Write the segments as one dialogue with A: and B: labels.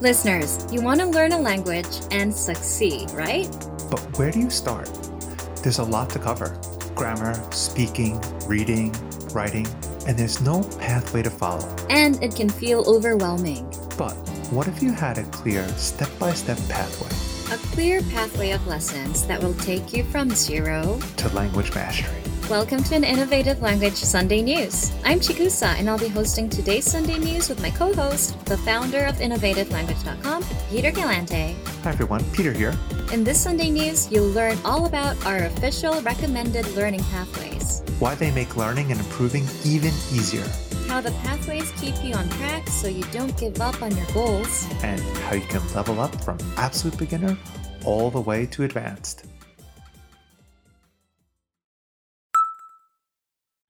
A: Listeners, you want to learn a language and succeed, right?
B: But where do you start? There's a lot to cover grammar, speaking, reading, writing, and there's no pathway to follow.
A: And it can feel overwhelming.
B: But what if you had a clear step by step pathway
A: A clear pathway of lessons that will take you from zero.
B: to language mastery?
A: Welcome to an innovative language Sunday News. I'm Chikusa, and I'll be hosting today's Sunday News with my co host, the founder of InnovativeLanguage.com, Peter Galante.
B: Hi everyone, Peter here.
A: In this Sunday News, you'll learn all about our official recommended learning pathways,
B: Why they make learning and improving even easier,
A: how the pathways keep you on track so you don't give up on your goals.
B: and how you can level up from absolute beginner all the way to advanced.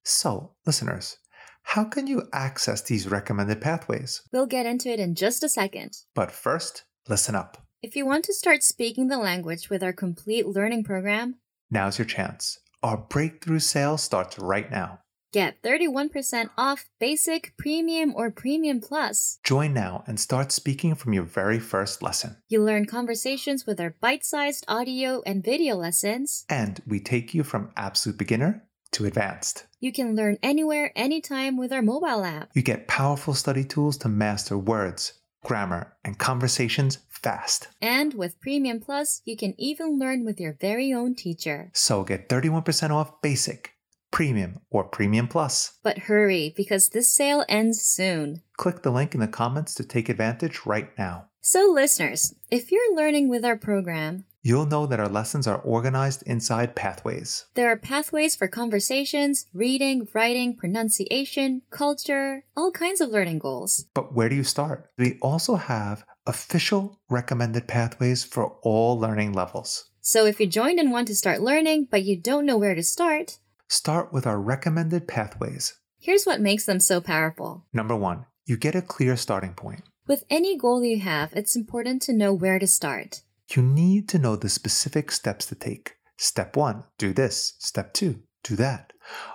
B: So, listeners, how can you access these recommended pathways?
A: We'll get into it in just a second.
B: But first, listen up.
A: If you want to start speaking the language with our complete learning program,
B: Now's your chance. Our breakthrough sale starts right now.
A: get 31% off Basic, Premium, or Premium Plus.
B: Join now and start speaking from your very first lesson.
A: You'll learn conversations with our bite sized audio and video lessons.
B: And we take you from absolute beginner to advanced.
A: You can learn anywhere, anytime with our mobile app.
B: You get powerful study tools to master words, grammar, and conversations fast.
A: And with Premium Plus, you can even learn with your very own teacher.
B: So get 31% off basic, premium, or premium plus.
A: But hurry, because this sale ends soon.
B: Click the link in the comments to take advantage right now.
A: So, listeners, if you're learning with our program,
B: You'll know that our lessons are organized inside pathways.
A: there are pathways for conversations, reading, writing, pronunciation, culture, all kinds of learning goals.
B: But where do you start? We also have official recommended pathways for all learning levels.
A: So, if you joined and want to start learning, but you don't know where to start,
B: Start with our recommended pathways.
A: here's what makes them so powerful.
B: Number one, you get a clear starting point.
A: With any goal you have, it's important to know where to start.
B: You need to know the specific steps to take. Step one, do this. Step two, do that.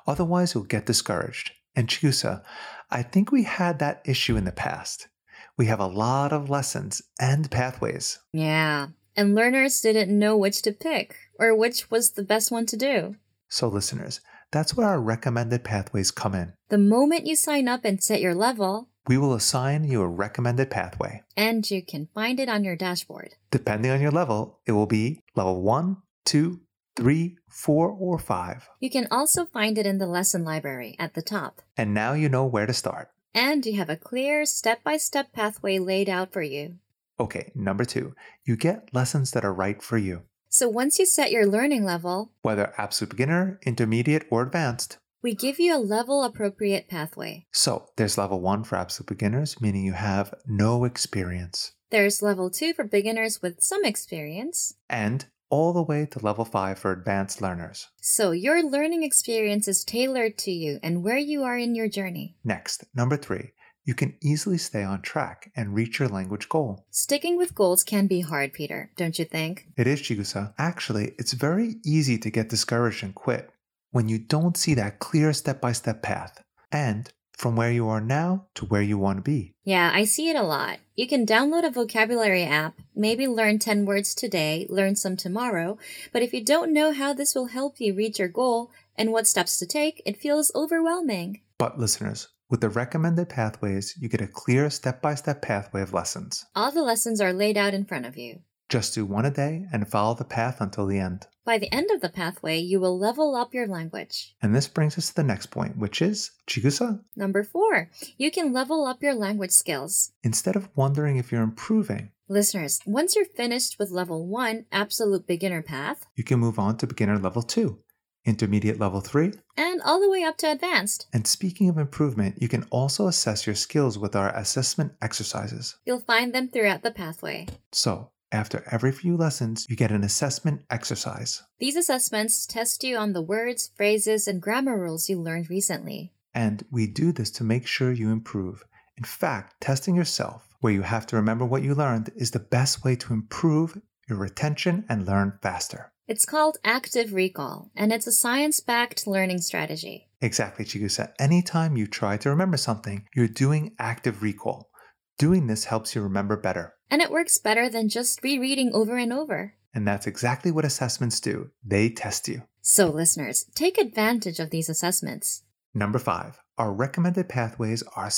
B: Otherwise, you'll get discouraged. And Chiusa, I think we had that issue in the past. We have a lot of lessons and pathways.
A: Yeah, and learners didn't know which to pick or which was the best one to do.
B: So, listeners, that's where our recommended pathways come in.
A: The moment you sign up and set your level,
B: We will assign you a recommended pathway.
A: and you can find it on your dashboard.
B: Depending on your level, it will be level one, two, three, four, or 5.
A: You can also find it in the lesson library at the top.
B: And now you know where to start.
A: And you have a clear step by step pathway laid out for you.
B: Okay, number two, you get lessons that are right for you.
A: So once you set your learning level,
B: whether absolute beginner, intermediate, or advanced.
A: we give you a level appropriate pathway.
B: So there's level one for absolute beginners, meaning you have no experience,
A: There's level 2 for beginners with some experience.
B: and all the way to level five for advanced learners.
A: So your learning experience is tailored to you and where you are in your journey.
B: Next, number three, you can easily stay on track and reach your language goal.
A: Sticking with goals can be hard, Peter, don't you think?
B: It is Chigusa. Actually, it's very easy to get discouraged and quit when you don't see that clear step by step path and from where you are now to where you want to be.
A: Yeah, I see it a lot. You can download a vocabulary app, maybe learn 10 words today, learn some tomorrow, but if you don't know how this will help you reach your goal and what steps to take, it feels overwhelming.
B: But listeners, with the recommended pathways, you get a clear step by step pathway of lessons.
A: All the lessons are laid out in front of you.
B: Just do one a day and follow the path until the end.
A: By the end of the pathway, you will level up your language.
B: And this brings us to the next point, which is Chigusa.
A: Number four, you can level up your language skills.
B: Instead of wondering if you're improving,
A: Listeners, once you're finished with level one, absolute beginner path,
B: you can move on to beginner level 2, intermediate level 3,
A: and all the way up to advanced,
B: and speaking of improvement, you can also assess your skills with our assessment exercises.
A: you'll find them throughout the pathway.
B: So, after every few lessons, you get an assessment exercise.
A: These assessments test you on the words, phrases, and grammar rules you learned recently.
B: And we do this to make sure you improve. In fact, testing yourself, where you have to remember what you learned, is the best way to improve your retention and learn faster.
A: It's called active recall, and it's a science backed learning strategy.
B: Exactly, Chigusa. Anytime you try to remember something, you're doing active recall. Doing this helps you remember better.
A: and it works better than just rereading over and over.
B: And that's exactly what assessments do they test you.
A: So, listeners, take advantage of these assessments.
B: Number five, our recommended pathways are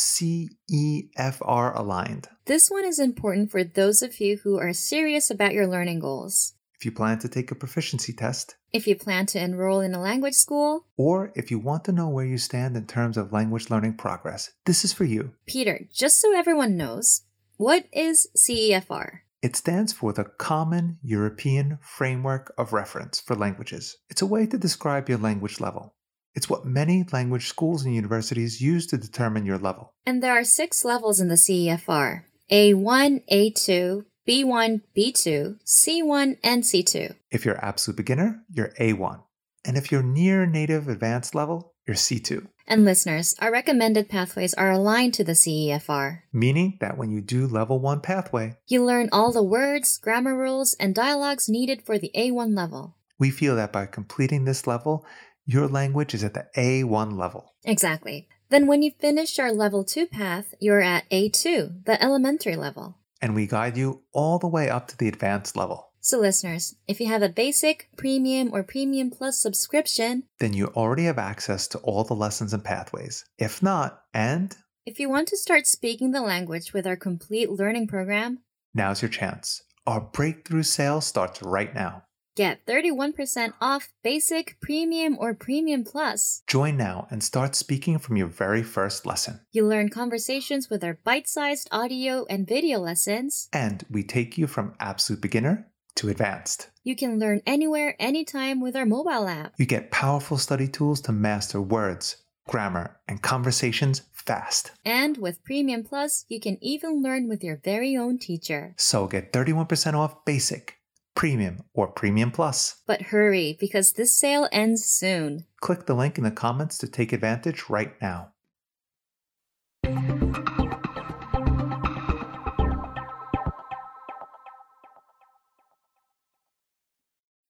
B: CEFR aligned.
A: This one is important for those of you who are serious about your learning goals.
B: If you plan to take a proficiency test,
A: If you plan to enroll in a language school,
B: or if you want to know where you stand in terms of language learning progress, this is for you.
A: Peter, just so everyone knows, what is E CEFR?
B: It stands for the Common European Framework of Reference for Languages. It's a way to describe your language level. It's what many language schools and universities use to determine your level.
A: And there are six levels in the E CEFR A1, A2, B1, B2, C1, and C2.
B: If you're absolute beginner, you're A1. And if you're near native advanced level, you're C2,
A: And listeners, our recommended pathways are aligned to the E CEFR.
B: meaning that when you do level 1 pathway,
A: You learn all the words, grammar rules, and dialogues needed for the A1 level.
B: we feel that by completing this level, your language is at the A1 level.
A: Exactly. Then, when you finish your level 2 path, you're at A2, the elementary level.
B: And we guide you all the way up to the advanced level.
A: So, listeners, if you have a basic, premium, or premium plus subscription,
B: then you already have access to all the lessons and pathways. If not, and
A: if you want to start speaking the language with our complete learning program,
B: now's your chance. Our breakthrough sale starts right now.
A: Get 31% off basic, premium, or premium plus.
B: Join now and start speaking from your very first lesson.
A: You learn conversations with our bite sized audio and video lessons.
B: And we take you from absolute beginner to advanced.
A: You can learn anywhere, anytime with our mobile app.
B: You get powerful study tools to master words, grammar, and conversations fast.
A: And with Premium Plus, you can even learn with your very own teacher.
B: So get 31% off basic, premium, or premium plus.
A: But hurry, because this sale ends soon.
B: Click the link in the comments to take advantage right now.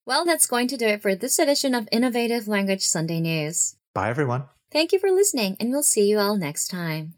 A: Well, that's going to do it for this edition of Innovative Language Sunday News.
B: Bye, everyone.
A: Thank you for listening, and we'll see you all next time.